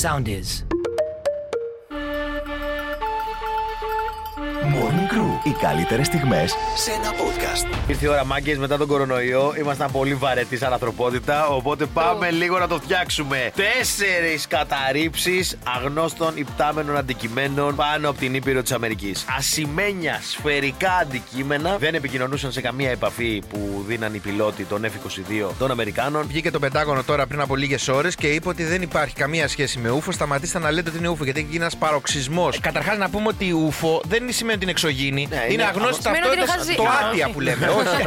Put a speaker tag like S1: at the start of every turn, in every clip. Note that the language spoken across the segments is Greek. S1: Sound is.
S2: Morning Crew. Οι καλύτερες στιγμές σε ένα podcast.
S3: Ήρθε η ώρα, μάγκες, μετά τον κορονοϊό. Ήμασταν πολύ βαρετοί σαν ανθρωπότητα. Οπότε πάμε λίγο να το φτιάξουμε. Τέσσερις καταρρύψεις αγνώστων υπτάμενων αντικειμένων πάνω από την Ήπειρο της Αμερικής. Ασημένια σφαιρικά αντικείμενα δεν επικοινωνούσαν σε καμία επαφή που δίναν οι πιλότοι των F-22 των Αμερικάνων.
S4: Βγήκε το Πεντάγωνο τώρα πριν από λίγες ώρες και είπε ότι δεν υπάρχει καμία σχέση με ούφο. Σταματήστε να λέτε ότι είναι ούφο γιατί εκεί είναι ένας παροξισμός. Καταρχά Ε, να πούμε ότι ούφο δεν σημαίνει ότι είναι εξωγήινη.
S3: Ναι, είναι
S4: είναι αγνώστη
S3: αγνώστη.
S4: ταυτότητα.
S5: Σημαίνει ότι
S4: Το
S5: είναι χαζή.
S4: άτια που λέμε. Όχι.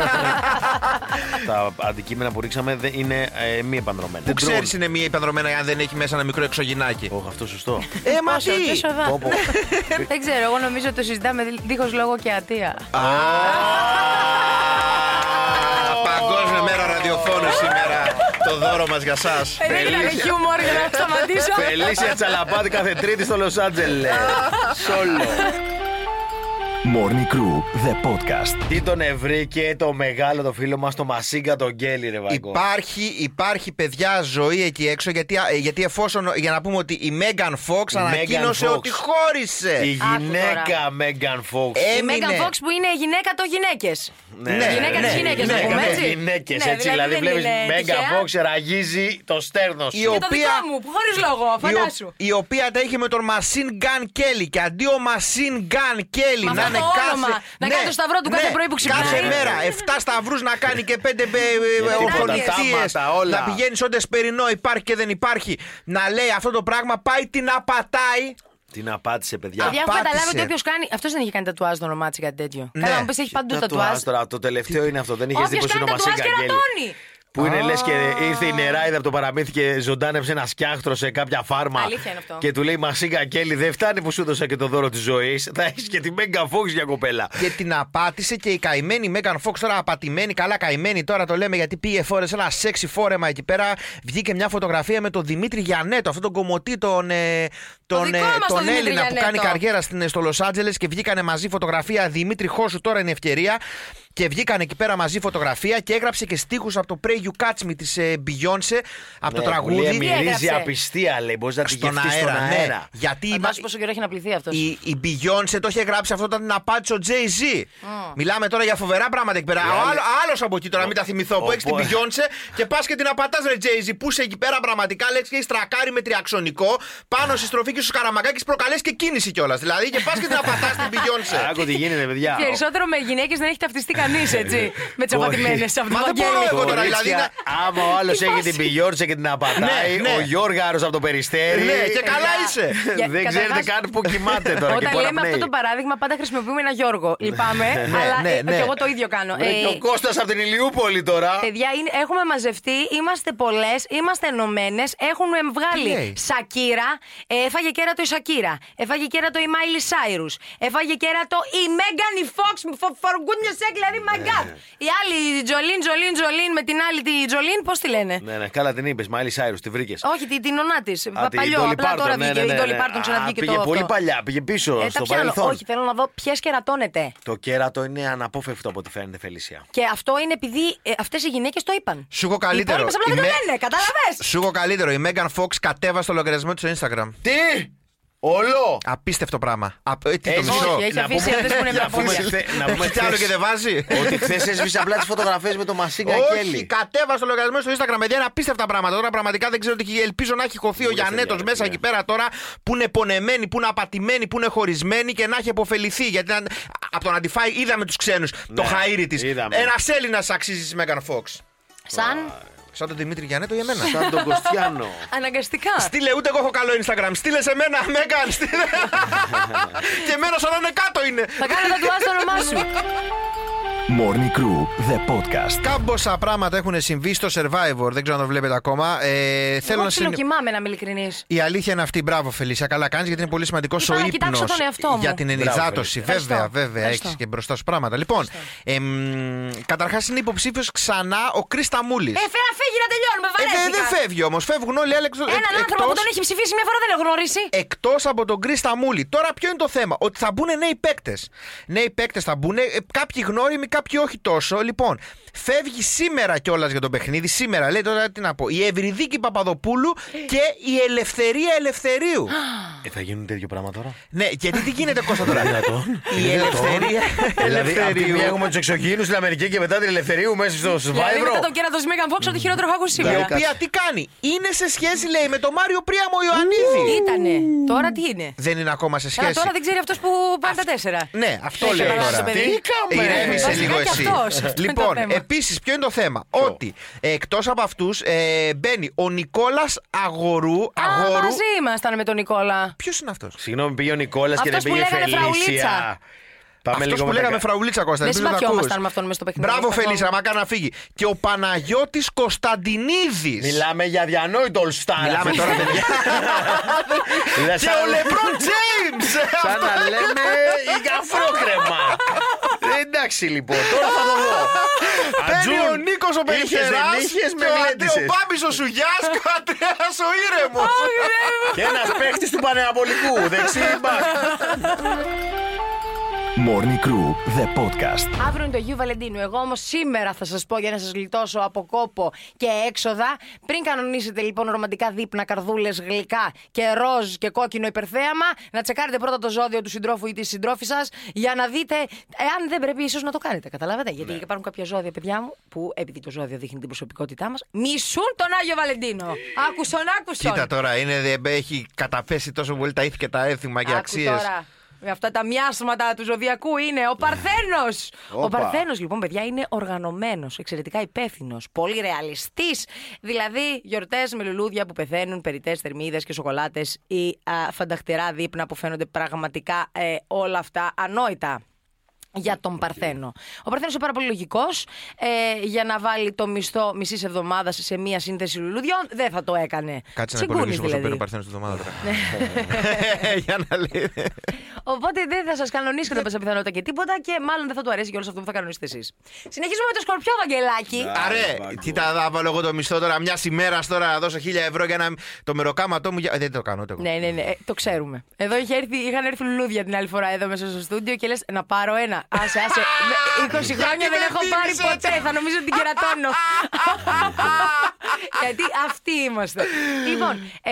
S3: Τα αντικείμενα που ρίξαμε δεν είναι ε, μη επανδρομένα.
S4: Που ξέρεις είναι μία υπανδρομένα αν δεν έχει μέσα ένα μικρό εξωγινάκι.
S3: Όχι, αυτό σωστό.
S4: Ε, μα
S5: Τόσο,
S4: τι!
S5: τόσο βα-
S3: Πω, πω.
S5: Δεν ξέρω, εγώ νομίζω ότι το συζητάμε δίχω λόγο και ατία.
S4: Α, Παγκόσμια μέρα ραδιοφώνου σήμερα. Το δώρο μας για εσά.
S5: Ε, Δεν ήταν χιούμορ για να σταματήσω.
S3: Φελίσια Τσαλαπάτη κάθε Τρίτη στο Λος Άντζελες. Σόλο.
S2: Morning Crew. The podcast.
S3: Τι τον ευρήκε το μεγάλο το φίλο μας, το Μασίγκα τον Γκέλι, ρε βαγκό.
S4: Υπάρχει, υπάρχει παιδιά ζωή εκεί έξω γιατί, α, ε, γιατί εφόσον για να πούμε ότι η Μέγαν Φόξ
S3: Megan
S4: ανακοίνωσε
S3: Fox.
S4: ότι χώρισε.
S3: Η
S5: Άκου
S3: γυναίκα Μέγαν Φόξ.
S5: Η Μέγαν Φόξ που είναι γυναίκα των γυναίκες.
S4: ναι,
S5: γυναίκα
S4: ναι,
S5: της γυναίκα, να
S4: γυναίκα
S5: πούμε
S4: της
S5: έτσι.
S3: Γυναίκες,
S5: Ναι,
S3: έτσι. Δηλαδή,
S5: δεν
S3: βλέπεις
S5: είναι
S3: Μέγαν
S5: τυχαία.
S3: Φόξ ραγίζει το στέρνο
S4: Η
S3: σου.
S5: Και το
S4: οποία-
S5: δικό μου, χωρίς λόγο,
S4: η, ο-
S5: φαντάσου.
S4: η οποία τα είχε με τον Μασίν Γκάν Κέλλη. Και αντί ο Μασίν Γκάν Κέλλη
S5: Με
S4: να
S5: αυτό
S4: είναι
S5: το
S4: κάθε. Ναι,
S5: όνομα, να κάνει το σταυρό του κάθε πρωί που ξυπνάει.
S4: Κάθε μέρα 7 σταυρούς να κάνει και ε, 5
S3: τίποτα,
S4: ορχονικτίε.
S3: τάματα, όλα.
S4: Να πηγαίνεις όντες περινό, υπάρχει και δεν υπάρχει. Να λέει αυτό το πράγμα, πάει την απατάει.
S3: Την απάτησε, παιδιά.
S5: Παιδιά, έχω
S4: απάτησε.
S5: καταλάβει ότι όποιος κάνει. Αυτός δεν είχε κάνει τατουάζ το όνομά της κάτι τέτοιο.
S4: Ναι.
S5: Καλά, μου πεις έχει παντού
S3: Τα
S5: τατουάζ.
S3: τώρα, το τελευταίο είναι αυτό. Δεν είχες δει
S5: Όποιο
S3: πω είναι
S5: κάνει
S3: ο
S5: τατουάζ
S3: Μασίγκα Γκέλι.
S5: κερατώνει.
S3: Που είναι λες και ήρθε η νεράιδα από το παραμύθι και ζωντάνεψε ένα σκιάχτρο σε κάποια φάρμα.
S5: Αλήθεια είναι αυτό.
S3: Και του λέει Μασίγκα Κέλλη, δεν φτάνει που σου έδωσα και το δώρο της ζωής. Θα έχεις και τη Μέγκα Φόξ για κοπέλα.
S4: και την απάτησε και η καημένη Μέγαν Φόξ τώρα απατημένη, καλά καημένη τώρα το λέμε γιατί πήγε φόρεσε ένα σεξι φόρεμα εκεί πέρα. Βγήκε μια φωτογραφία με τον Δημήτρη Γιανέτο, αυτόν τον κομμωτή, τον, ε, τον,
S5: δικό
S4: ε,
S5: μας τον
S4: τον
S5: Δημήτρη
S4: Έλληνα που
S5: Γιαννέτο.
S4: κάνει καριέρα στην, ε, στο Λος Άντζελες και βγήκανε μαζί φωτογραφία. Δημήτρη Χώσου τώρα είναι η ευκαιρία. Και βγήκαν εκεί πέρα μαζί φωτογραφία και έγραψε και στίχους από το Pray You Catch Me της ε, Beyoncé,
S3: Ναι, που
S4: από το
S3: λέει,
S4: τραγούδι.
S3: Μυρίζει
S5: έγραψε.
S3: απιστία, λέει. Μπορείς να τη
S4: Στον
S3: γευτείς
S4: αέρα,
S3: στον
S4: ναι.
S3: αέρα.
S4: Γιατί
S5: Φαντάσου πόσο καιρό έχει να πληθεί αυτός.
S4: η, η Beyoncé το είχε γράψει αυτό όταν την απάντησε ο Jay-Z. Μιλάμε τώρα για φοβερά πράγματα εκεί πέρα. Ο άλλο από εκεί τώρα, μην τα θυμηθώ. Που
S3: Ο-
S4: έχεις την
S3: ο-
S4: Beyoncé και πας και την απαντά, ρε Jay-Z. Που είσαι εκεί πέρα πραγματικά, λες και έχεις τρακάρι με τριαξονικό. Πάνω στη στροφή και στους καραμαγκάκι προκαλέσει και κίνηση κιόλας. Δηλαδή και πας και την απαντά την Beyoncé.
S3: Άκου τι γίνεται, παιδιά.
S5: Περισσότερο με γυναίκες δεν έχει ταυτιστεί κανείς, έτσι. Με τι απατημένε
S3: Όχι.
S5: από
S4: Ε, ναι. Μα
S5: το
S4: δεν μπορώ
S5: Βαγγέλη.
S4: εγώ τώρα, δηλαδή.
S3: Κορίτσια,
S4: να-
S3: Άμα ο άλλος
S5: Τι
S3: έχει
S5: φάση.
S3: την πηγιόρτσε και την απαντάει,
S4: Ναι, ναι.
S3: ο Γιώργαρο από το περιστέρι.
S4: Ναι, και καλά
S5: Παιδιά.
S4: είσαι.
S5: Για-
S3: Δεν ξέρετε
S5: καταρχάς-
S3: καν που κοιμάται τώρα. και
S5: Όταν
S3: που
S5: λέμε
S3: αναπνέει.
S5: αυτό το παράδειγμα, πάντα χρησιμοποιούμε ένα Γιώργο. Λυπάμαι, αλλά
S4: ναι,
S5: ε,
S4: ναι.
S5: και εγώ το ίδιο κάνω.
S3: Βρε,
S5: Ε,
S3: και Ο Κώστας από την Ηλιούπολη τώρα.
S5: Παιδιά, είναι, έχουμε μαζευτεί, είμαστε πολλές, είμαστε ενωμένες. Έχουν εμ,
S4: Τι λέει?
S5: βγάλει Σακύρα, ε, έφαγε κέρατο η Σακύρα, έφαγε κέρατο η Μάιλι Σάιρους, έφαγε κέρατο η Μέγαν η Φόξ, for, for goodness sake, δηλαδή my god. Η άλλη, η Τζολίν, Τζολίν, Τζολίν, με την άλλη τη Τζολίν, πώς τη λένε.
S3: Ναι, ναι, καλά την είπες. Μάιλι Σάιρου, τη βρήκες.
S5: Όχι, τη- την ονά της. Παλιό, απλά τώρα
S3: ναι,
S5: βγήκε. Η Dolly Parton ξαναβγήκε
S3: Πήγε
S5: το.
S3: πολύ
S5: αυτό.
S3: παλιά, πήγε πίσω
S5: Ε, τα
S3: στο
S5: πιάνω.
S3: παρελθόν.
S5: Όχι, θέλω να δω ποιες κερατώνεται.
S3: Το κέρατο είναι αναπόφευκτο από ό,τι φαίνεται, Φελίσια.
S5: Και αυτό είναι επειδή ε, αυτές οι γυναίκες το είπαν.
S4: Σου έχω
S5: Οι
S4: καλύτερο.
S5: υπόλοιπες απλά δεν
S4: Η
S5: το
S4: Me-
S5: λένε, κατάλαβες.
S4: Σου έχω καλύτερο. Η Megan Fox κατέβασε το λογαριασμό του στο Instagram.
S3: Τι! Όλο!
S4: Απίστευτο πράγμα. Απ- ε, Τι το
S3: Έχεις-
S4: μισό.
S5: Όχι, έχει
S3: Να
S5: αφήσει
S3: πούμε-
S5: αυτές που είναι
S3: να πούμε
S5: μυαφούλια.
S3: χθε- Να πούμε Ε,
S4: Τι άλλο και
S3: χθες
S4: δεν βάζει.
S3: ότι χθες έσβησε απλά τις φωτογραφίες με το Μασίγκα
S4: Όχι,
S3: Κέλλη.
S4: κατέβασε το λογαριασμό στο Instagram, παιδιά. Είναι απίστευτα πράγματα. Τώρα πραγματικά δεν ξέρω τι ελπίζω να έχει χωθεί ο
S3: Μου ήρθε
S4: Γιανέτο
S3: μια
S4: μέσα
S3: ιδέα.
S4: εκεί πέρα τώρα που είναι πονεμένοι, που είναι απατημένοι, που είναι χωρισμένοι και να έχει αποφεληθεί. Γιατί να- από τον Αντιφάη είδαμε τους ξένους. Το χαΐρι της.
S3: είδαμε.
S4: Ένας Έλληνας αξίζει τη Μέγαν Φόξ.
S5: Σαν
S4: Σαν τον Δημήτρη Γιανέτο για μένα.
S3: Σαν τον Κωστιανό.
S5: αναγκαστικά.
S4: Στείλε, ούτε εγώ έχω καλό Instagram. Στείλε σε μένα, Μέγαν. στείλε. και εμένα σαν να είναι κάτω είναι.
S5: Θα κάνω τατουάζ το όνομά σου.
S2: Morning Crew. The podcast.
S4: Κάμποσα πράγματα έχουν συμβεί στο Survivor. Δεν ξέρω αν το βλέπετε ακόμα. Ε, θέλω
S5: Εγώ
S4: να συν-
S5: ψιλοκοιμάμαι να είμαι ειλικρινής.
S4: Η αλήθεια είναι αυτή. Μπράβο, Φελίσια. Καλά κάνεις γιατί είναι πολύ σημαντικό
S5: Είπα
S4: ο
S5: να
S4: ύπνος.
S5: κοιτάξω τον εαυτό μου.
S4: Για την
S3: Μπράβο,
S4: ενυδάτωση.
S3: Φελίσια.
S4: Βέβαια,
S5: Ευχαριστώ.
S4: βέβαια.
S5: Ευχαριστώ.
S4: Έχει και μπροστά σου πράγματα. Λοιπόν, καταρχάς είναι υποψήφιος ξανά ο Κρίστα Μούλη.
S5: Ε, φέρα φύγει να τελειώνουμε,
S4: Ε, δεν
S5: βαρέθηκα.
S4: φεύγει όμως. Φεύγουν όλοι. άλλοι εκτός-
S5: Έναν άνθρωπο που τον έχει ψηφίσει μια φορά δεν έχω γνωρίσει.
S4: Εκτός από τον Κρις Σταμούλη. Τώρα ποιο είναι το θέμα, Ότι θα μπουν νέοι παίκτες. Νέοι παίκτες θα μπουν, ε, κάποιοι γνώριμοι, κάποιοι όχι τόσο. Λοιπόν, φεύγει σήμερα κιόλας για το παιχνίδι. Σήμερα λέει τώρα τι να πω. Η Ευρυδίκη Παπαδοπούλου και η Ελευθερία Ελευθερίου.
S3: Ε, θα γίνουν τέτοιο πράγμα τώρα.
S4: ναι, γιατί τι γίνεται Κώστα τώρα. η
S3: Είναι δυνατόν.
S4: Ελευθερία
S3: Δηλαδή, απ' τη
S4: Ελευθερίου.
S3: μία έχουμε τους εξωγήινους στην Αμερική και μετά την Ελευθερίου μέσα στο
S5: Δηλαδή μετά
S3: Survivor.
S5: τον κέρατο Μέγαν Φόξ, ότι χειρότερο έχω ακούσει
S4: Η
S5: σήμερα.
S4: οποία τι κάνει. Είναι σε σχέση λέει με τον Μάριο Πρίαμο Ιωαννίδη.
S5: Ήτανε. Τώρα τι είναι.
S4: Δεν είναι ακόμα σε σχέση.
S5: Καλά, τώρα δεν ξέρει αυτός που πάνε τα τέσσερα.
S4: Ναι, αυτό
S5: Έχει
S4: λέω
S5: καταλάβει
S4: τώρα.
S5: το παιδί.
S3: Τι έκαμε?
S4: Ηρέμησε
S5: Βασικά
S4: λίγο
S5: και
S4: εσύ.
S5: αυτός. Αυτό είναι το
S4: λοιπόν,
S5: θέμα.
S4: επίσης, ποιο είναι το θέμα. Ότι εκτός από αυτούς μπαίνει ο Νικόλας Αγορού.
S5: Α,
S4: αγόρου.
S5: μαζί ήμασταν με τον Νικόλα.
S4: Ποιος είναι αυτός.
S3: Συγγνώμη, πήγε ο Νικόλας και δεν
S5: Αυτός που
S3: πήγε
S5: λέγανε
S3: Φελίσια.
S5: φραουλίτσα.
S3: Πάμε
S4: Αυτός
S3: λίγο
S4: που
S3: με τα
S4: λέγαμε
S3: κα-
S4: φραουλίτσα Κώστα.
S5: Δεν
S4: ελπίζω να τα
S5: συμμαχιόμασταν
S4: ακούς.
S5: με αυτόν μες στο παιχνίδι.
S4: Μπράβο,
S5: Καθόλου.
S4: Φελίσσα, μα κάνει να φύγει. Και ο Παναγιώτης Κωνσταντινίδης.
S3: Μιλάμε για διανόητο All Star.
S4: Μιλάμε τώρα, παιδιά.
S3: Λες
S4: και
S3: σαν-
S4: ο Λεπρόν Τζέιμ!
S3: Σαν να λέμε υγαφρόκρεμα. Εντάξει λοιπόν, τώρα θα το δω.
S4: Παίρνει
S3: Ατζούν,
S4: ο Νίκος ο
S3: είχες,
S4: Περιχερά
S3: δεν είχες, με
S4: και ο
S3: βλέντισες.
S4: Αντέο Μπάμπης ο Σουγιάς και ο Αντρέας ο ήρεμος.
S3: Και ένας παίχτη του Πανεαπολικού, δεξί μπακ.
S2: Morning Crew, the podcast.
S5: Αύριο είναι το Γιου Βαλεντίνου. Εγώ όμως σήμερα θα σας πω για να σας γλιτώσω από κόπο και έξοδα. Πριν κανονίσετε λοιπόν ρομαντικά δείπνα, καρδούλες, γλυκά και ροζ και κόκκινο υπερθέαμα, να τσεκάρετε πρώτα το ζώδιο του συντρόφου ή της συντρόφης σας για να δείτε εάν δεν πρέπει ίσως να το κάνετε. Καταλάβατε. Γιατί υπάρχουν κάποια ζώδια, παιδιά μου, που επειδή το ζώδιο δείχνει την προσωπικότητά μας, μισούν τον Άγιο Βαλεντίνο. Άκουσον, άκουσον.
S4: Κοίτα τώρα, είναι, έχει καταπέσει τόσο πολύ τα ήθη και τα έθιμα και
S5: Άκου
S4: αξίες.
S5: τώρα. Με αυτά τα μοιάσματα του ζωδιακού είναι
S4: Ε.
S5: ο Παρθένο.
S3: Όπα.
S5: ο Παρθένος, λοιπόν, παιδιά, είναι οργανωμένος, εξαιρετικά υπεύθυνος, πολύ ρεαλιστής. Δηλαδή, γιορτές με λουλούδια που πεθαίνουν, περιτέ θερμίδες και σοκολάτες ή α, φανταχτερά δείπνα που φαίνονται πραγματικά ε, όλα αυτά ανόητα. Για τον Παρθένο. Ο Παρθένος είναι πάρα πολύ λογικός. Ε, για να βάλει το μισθό μισής εβδομάδας σε μία σύνθεση λουλουδιών, δεν θα το έκανε.
S4: Κάτσε να
S5: Τσιγκούνης
S4: υπολογίσουμε πόσο
S5: δηλαδή.
S4: παίρνει ο Παρθένος την εβδομάδα τώρα. Για να λέει.
S5: Οπότε δεν θα σας κανονίσει κατά πάσα πιθανότητα και τίποτα και μάλλον δεν θα του αρέσει και όλο αυτό που θα κανονίσετε εσείς. Συνεχίζουμε με το σκορπιό, Βαγγελάκη.
S4: Ναι. Αρέ, τι τα θα βάλω εγώ το μισθό τώρα, μιας ημέρας τώρα να δώσω χίλια ευρώ για να. το μεροκάματό μου. για- Ε, Δεν το κάνω ούτε εγώ.
S5: Ναι, ναι, ναι, ε, το ξέρουμε. Εδώ είχε έρθει, είχαν έρθει λουλούδια την άλλη φορά εδώ μέσα στο στούντιο και λες να πάρω ένα. Άσε, άσε. Με- 20 χρόνια
S4: Γιατί
S5: δεν
S4: με
S5: έχω πάρει
S4: θύμισες?
S5: ποτέ. Θα νομίζω ότι την κερατώνω. Γιατί αυτοί είμαστε. Λοιπόν, ε,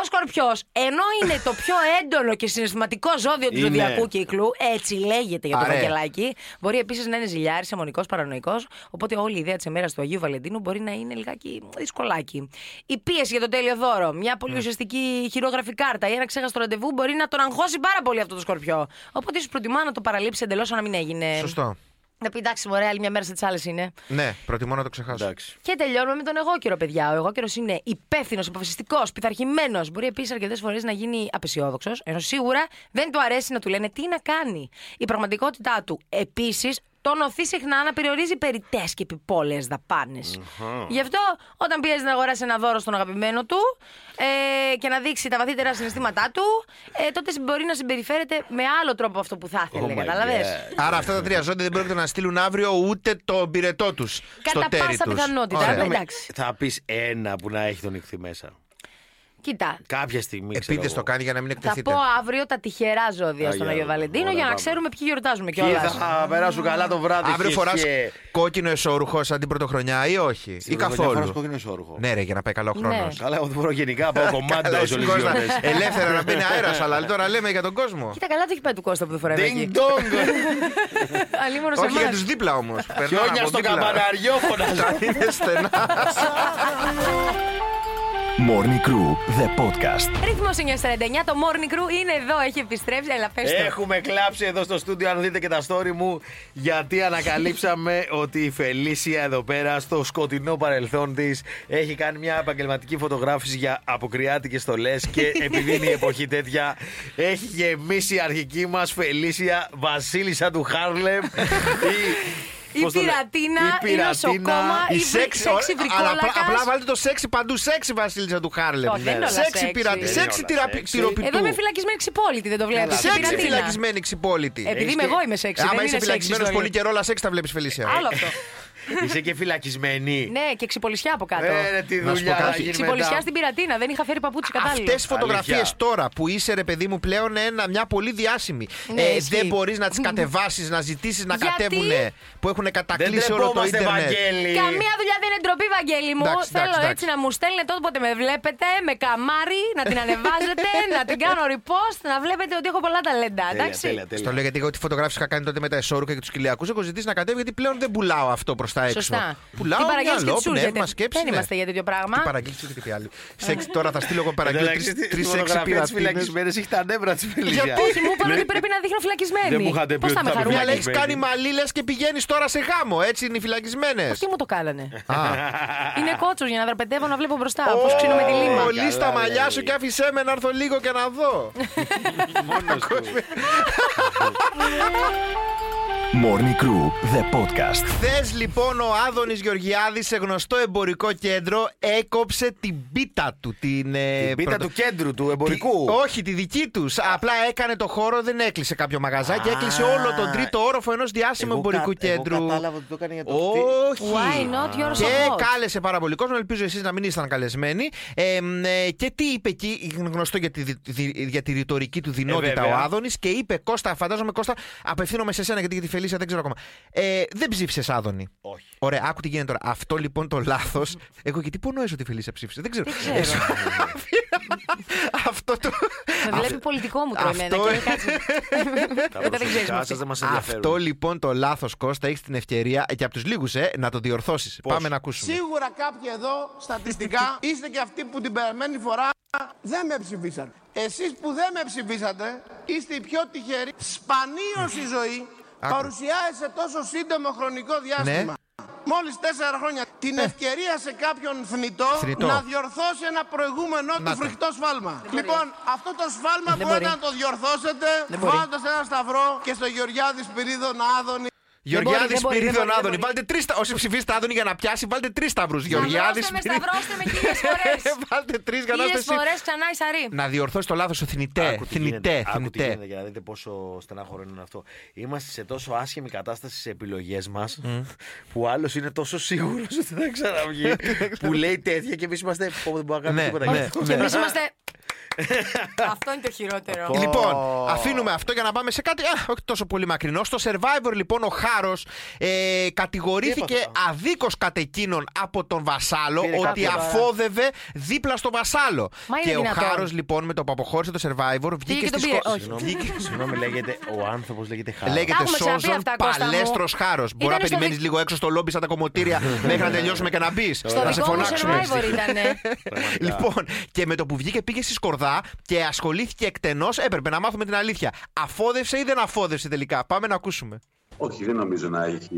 S5: ο Σκορπιός, ενώ είναι το πιο έντονο και συναισθηματικό ζώδιο του
S3: Είναι.
S5: ζωδιακού κύκλου, έτσι λέγεται για το
S4: Αρέ.
S5: Βαγγελάκη, μπορεί επίσης να είναι ζηλιάρης, αιμονικός, παρανοϊκός. Οπότε όλη η ιδέα της ημέρας του Αγίου Βαλεντίνου μπορεί να είναι λιγάκι δυσκολάκι. Η πίεση για το τέλειο δώρο, μια πολύ ουσιαστική χειρόγραφη κάρτα ή ένα ξέχαστο ραντεβού μπορεί να τον αγχώσει πάρα πολύ αυτό το Σκορπιό. Οπότε ίσως προτιμά να το παραλείψει εντελώς να μην έγινε.
S4: Σωστό.
S5: Να πει εντάξει, μωρέ, άλλη μια μέρα σε τις άλλες είναι.
S4: Ναι, προτιμώ να το ξεχάσω.
S3: Εντάξει.
S5: Και τελειώνουμε με τον εγώκερο, παιδιά. Ο εγώκερο είναι υπεύθυνος, αποφασιστικός, πειθαρχημένος. Μπορεί επίσης αρκετές φορές να γίνει απεσιόδοξος, ενώ σίγουρα δεν του αρέσει να του λένε τι να κάνει. Η πραγματικότητά του επίσης τον οθεί συχνά να περιορίζει περιτέ και επιπόλαιες Γι' αυτό, όταν πιέζει να αγοράσει ένα δώρο στον αγαπημένο του ε, και να δείξει τα βαθύτερα συναισθήματά του, ε, τότε μπορεί να συμπεριφέρεται με άλλο τρόπο από αυτό που θα ήθελε.
S3: Oh my
S5: Καταλαβες?
S3: God.
S4: Άρα αυτά τα τρία ζώδια δεν πρόκειται να στείλουν αύριο ούτε το πυρετό τους.
S5: Κατά πάσα πιθανότητα.
S4: Ωραία.
S5: Αλλά εντάξει.
S3: Θα πεις ένα που να έχει τον νυχθεί μέσα.
S5: Κοίτα,
S3: Κάποια στιγμή. ξέρω
S4: Επίτηδε
S3: εγώ.
S4: το κάνει για να μην
S5: Θα
S4: εκτεθείτε.
S5: πω αύριο τα τυχερά ζώδια
S3: Α,
S5: στον
S3: για
S5: Αγιο
S3: να-
S5: Βαλεντίνο
S3: ωραία,
S5: για να
S3: πάμε.
S5: ξέρουμε ποιοι γιορτάζουμε
S3: Ποιοι
S5: κιόλας.
S3: θα περάσουν καλά το βράδυ.
S4: Αύριο
S3: χε,
S4: φορά
S3: χε.
S4: κόκκινο εσωρουχό σαν την πρωτοχρονιά ή όχι. ή
S3: Στην πρωτοχρονιά φοράς
S4: καθόλου.
S3: κόκκινο εσώρουχο.
S4: Ναι, ρε, για να πάει καλό χρόνο.
S5: Ναι.
S3: Καλά, εγώ δεν μπορώ γενικά πάω κομμάτι όλες τις γιορτές.
S4: Ελεύθερα να μπαίνει αέρας, αλλά τώρα λέμε για τον κόσμο.
S5: Κοίτα καλά το έχει πάει του Κώστα που δεν φοράει
S3: Ding
S5: εκεί.
S3: dong!
S5: Αλλήμον σε
S4: Όχι για
S5: εμάς.
S4: τους δίπλα όμως.
S3: Χιόνια στο καμπαναριό φωνάζω.
S4: Είναι στενά.
S2: Morning Crew, the podcast.
S5: Ρυθμός 949, το Morning Crew είναι εδώ, έχει επιστρέψει, αλλά πες το.
S3: Έχουμε κλάψει εδώ στο στούντιο, αν δείτε και τα story μου, γιατί ανακαλύψαμε ότι η Φελίσια εδώ πέρα στο σκοτεινό παρελθόν της έχει κάνει μια επαγγελματική φωτογράφηση για αποκριάτικες στολές και επειδή είναι η εποχή τέτοια, έχει γεμίσει η αρχική μας Φελίσια Βασίλισσα του Χάρλεμ.
S5: Η
S3: πώς το λέ-
S5: πειρατίνα,
S3: η
S5: η νοσοκόμα,
S4: Η
S5: Η
S4: σεξ,
S5: σεξι
S4: αλλά απλά,
S5: βρικόλακας.
S4: απλά βάλτε το σεξι παντού. Σεξι Βασίλισσα του Χάρλεμ.
S5: Όχι, δεν είναι όλα
S4: Σεξι
S5: σεξι.
S4: πειρατή.
S5: Δεν
S3: είναι
S4: Σεξι
S3: όλα
S4: τυραπη-
S3: σεξι.
S5: Εδώ
S4: τυροπιτού.
S5: είμαι φυλακισμένη ξυπόλυτη, δεν το
S3: Καλά,
S5: βλέπεις. Η
S4: Σεξι
S5: πειρατίνα.
S4: φυλακισμένη ξυπόλυτη.
S5: Επειδή είμαι
S3: Έχεις
S5: εγώ
S3: και-
S5: είμαι σεξι,
S4: Άμα είσαι
S5: δεν είναι σεξι
S4: φυλακισμένος
S5: ιστορία.
S4: πολύ καιρό, αλλά σεξ τα βλέπεις Φελίσια.
S5: Άλλο αυτό.
S3: Είσαι και φυλακισμένη.
S5: Ναι, και ξυπολισιά από κάτω.
S3: Ε, ρε, τι
S4: Να σου πω
S3: δουλειά θα
S4: κάτι.
S3: γίνει
S5: Ξυπολισιά
S3: μετά.
S5: στην πυρατίνα, δεν είχα φέρει παπούτσι κατάλληλο.
S4: Αυτέ οι φωτογραφίες
S3: Αλήθεια.
S4: τώρα που είσαι, ρε παιδί μου, πλέον ένα, μια πολύ διάσημη.
S5: Ναι,
S4: ε,
S5: ισχύει.
S4: δεν μπορείς να τις κατεβάσεις, να ζητήσεις να
S5: Γιατί?
S4: κατέβουνε. Που έχουν
S3: Δεν
S4: κατακλείσει όλο το
S3: τρεπόμαστε,
S4: Ιντερνετ.
S3: Βαγγέλη.
S5: Καμία δουλειά δεν είναι ντροπή, Βαγγέλη μου.
S4: Εντάξει,
S5: Θέλω
S4: εντάξει, εντάξει.
S5: έτσι να μου στέλνετε όποτε με βλέπετε, με καμάρι, να την ανεβάζετε, να την κάνω repost, να βλέπετε ότι έχω πολλά ταλέντα.
S3: Τέλεια,
S5: Εντάξει.
S3: τέλεια, τέλεια.
S4: Στο λέω γιατί εγώ τη φωτογράφηση είχα κάνει τότε με τα εσόρουχα και τους κοιλιακούς. Έχω ζητήσει να κατέβει γιατί πλέον δεν πουλάω αυτό προς τα έξω.
S5: Σωστά.
S4: Πουλάω
S5: Την παραγγέλνεις και
S4: μυαλό,
S5: τις σούζετε.
S4: πνεύμα, σκέψη.
S5: Δεν
S4: ναι.
S5: είμαστε για τέτοιο πράγμα. Ε.
S4: Τι παραγγείλεις και τι άλλη. Σεξ, τώρα θα στείλω εγώ παραγγείλω
S3: Εντάξει, τη- τη
S4: τρεις έξι
S3: φωτογραφία της
S4: πειρατίνες.
S3: φυλακισμένης έχει τα νεύρα Ναι. τη
S5: Όχι, μου είπαν ότι πρέπει να δείχνω φυλακισμένη.
S3: Δεν μου είχατε πει
S5: Πώς
S3: ότι
S5: θα με
S3: θα
S5: χαρούμε.
S3: είμαι
S4: Μια
S3: φυλακισμένη.
S4: λέξη κάνει μαλλίλε και πηγαίνεις τώρα σε γάμο. Έτσι είναι οι φυλακισμένες.
S5: Αυτοί μου το κάνανε.
S4: Α,
S5: Είναι κότσος για να δραπετεύω να βλέπω μπροστά. Πώ ξύνω με τη
S4: Ω,
S5: λίμα.
S4: Πολύ στα
S3: Καλά,
S4: μαλλιά
S3: λέει.
S4: σου και άφησέ με να έρθω λίγο και να δω.
S2: Morning Crew, the podcast.
S4: Χθε λοιπόν ο Άδωνης Γεωργιάδης σε γνωστό εμπορικό κέντρο έκοψε την πίτα του. Την, ε,
S3: Πίτα
S4: πρωτο-
S3: του κέντρου, του
S4: Τη-
S3: εμπορικού.
S4: όχι, τη δική τους. Απλά έκανε το χώρο, δεν έκλεισε κάποιο μαγαζάκι.
S3: Α,
S4: έκλεισε όλο τον τρίτο όροφο ενός διάσημου
S3: Εγώ
S4: εμπορικού
S3: κα- εγώ
S4: κέντρου.
S3: κατάλαβα ότι το έκανε για το
S4: Όχι.
S5: Why not, you're so hot.
S4: Και κάλεσε πάρα πολύ κόσμο. Ελπίζω εσείς να μην ήσασταν καλεσμένοι. Ε, μ, ε, και τι είπε εκεί, είναι γνωστό για τη, δι- δι- για τη ρητορική του δυνότητα ο
S3: Ε, βέβαια.
S4: Άδωνης. Και είπε, Κώστα, φαντάζομαι, Κώστα, απευθύνομαι σε σένα γιατί για τη Φελίσια δεν ξέρω ακόμα. Ε, δεν ψήφισες, Άδωνη.
S3: Όχι.
S4: Ωραία, άκου τι γίνεται τώρα. Αυτό λοιπόν το λάθος. Εγώ γιατί πονοέσω ότι η Φελίσια ψήφισε. Δεν ξέρω.
S5: Δεν ξέρω.
S4: Αυτό το.
S5: Με βλέπει πολιτικό μου τώρα εμένα.
S4: Αυτό-
S5: και κάτσε.
S4: ε,
S3: Τα
S5: Μετά δεν ξέρεις.
S3: προσωπικά σας δεν μας ενδιαφέρουν.
S4: Αυτό λοιπόν το λάθος, Κώστα, έχεις την ευκαιρία και από τους λίγους, ε, να το διορθώσεις. Πάμε να ακούσουμε.
S1: Σίγουρα κάποιοι εδώ, στατιστικά, είστε και αυτοί που την περασμένη φορά δεν με ψηφίσατε. Εσείς που δεν με ψηφίσατε, είστε οι πιο τυχεροί. Σπανίως η ζωή
S4: Άκου. Ναι.
S1: παρουσιάζεται τόσο σύντομο χρονικό διάστημα. Μόλις τέσσερα χρόνια. Την ευκαιρία σε κάποιον θνητό,
S4: Θνητό.
S1: να διορθώσει ένα προηγούμενο
S4: Να
S1: του
S4: το.
S1: φρικτό σφάλμα. Λοιπόν, αυτό το σφάλμα
S5: Δεν
S1: μπορείτε
S5: μπορεί.
S1: να το διορθώσετε
S5: μπορεί.
S1: βάζοντας ένα σταυρό και στο Γεωργιάδης Σπυρίδωνα Άδωνη.
S4: Γεωργιάδης
S5: δεν μπορεί, δεν
S4: Σπυρίδων
S5: μπορεί, δεν
S4: Άδωνη.
S5: μπορεί.
S4: Βάλτε τρεις. Όσοι ψηφίσετε Άδωνη για να πιάσει, βάλτε τρεις σταυρούς. Γεωργιάδη
S5: με,
S4: Σπυρίδων.
S5: σταυρώστε με χίλιες φορές.
S4: Βάλτε τρεις για να
S5: Χίλιες
S4: είστε
S5: φορές ξανά η Σαρή.
S4: Ε, Να διορθώσει το λάθος σου θνητέ.
S3: Άκου τι
S4: Θνητέ,
S3: γίνεται, άκου τι
S4: θνητέ.
S3: γίνεται για να δείτε πόσο στενάχωρο είναι αυτό. Είμαστε σε τόσο άσχημη κατάσταση στις επιλογές μας, που άλλος είναι τόσο σίγουρος ότι δεν ξαναβγεί, που λέει τέτοια και εμείς είμαστε. «Πω, πω, Δεν μπορώ να κάνω
S4: Ναι,
S3: τίποτα.
S4: ναι,
S3: γι' αυτό».
S5: Και εμείς είμαστε. Αυτό είναι το χειρότερο.
S4: Λοιπόν, αφήνουμε αυτό για να πάμε σε κάτι. Α, όχι τόσο πολύ μακρινό. Στο Survivor, λοιπόν, ο Χάρος ε,
S3: Τι
S4: κατηγορήθηκε
S3: έπαθε,
S4: αδίκως κατ' εκείνον από τον Βασάλο
S3: Πήρε
S4: ότι
S3: κάποια-
S4: αφόδευε δίπλα στο Βασάλο.
S5: Μα είναι
S4: και ο
S5: δυνατόν.
S4: Χάρος, λοιπόν, με το που αποχώρησε το Survivor, βγήκε
S5: και τον
S4: στη
S5: πήρε.
S4: Σκο-
S5: Όχι.
S4: βγήκε-
S3: Συγγνώμη, συγγνώμη, λέγεται. Ο άνθρωπος λέγεται χάρος.
S4: Λέγεται
S5: έχουμε ξαναπεί
S4: Σόζον
S5: αυτά, Κώστα μου.
S4: Παλέστρος Χάρος. Μπορεί να
S5: Ήτανε στο
S4: περιμένεις
S5: δι-
S4: λίγο έξω στο λόμπι σαν τα κομμωτήρια μέχρι να τελειώσουμε και ε, να μπει.
S5: Στο
S4: Θα σε
S5: δικό μου
S4: φωνάξουμε.
S5: survivor ήταν.
S3: Πραγματικά.
S4: Λοιπόν, και με το που βγήκε πήγε στη σκορδά και ασχολήθηκε εκτενώς. Έπρεπε να μάθουμε την αλήθεια. Αφόδευσε ή δεν αφόδευσε τελικά. Πάμε να ακούσουμε.
S6: Όχι, δεν νομίζω να έχει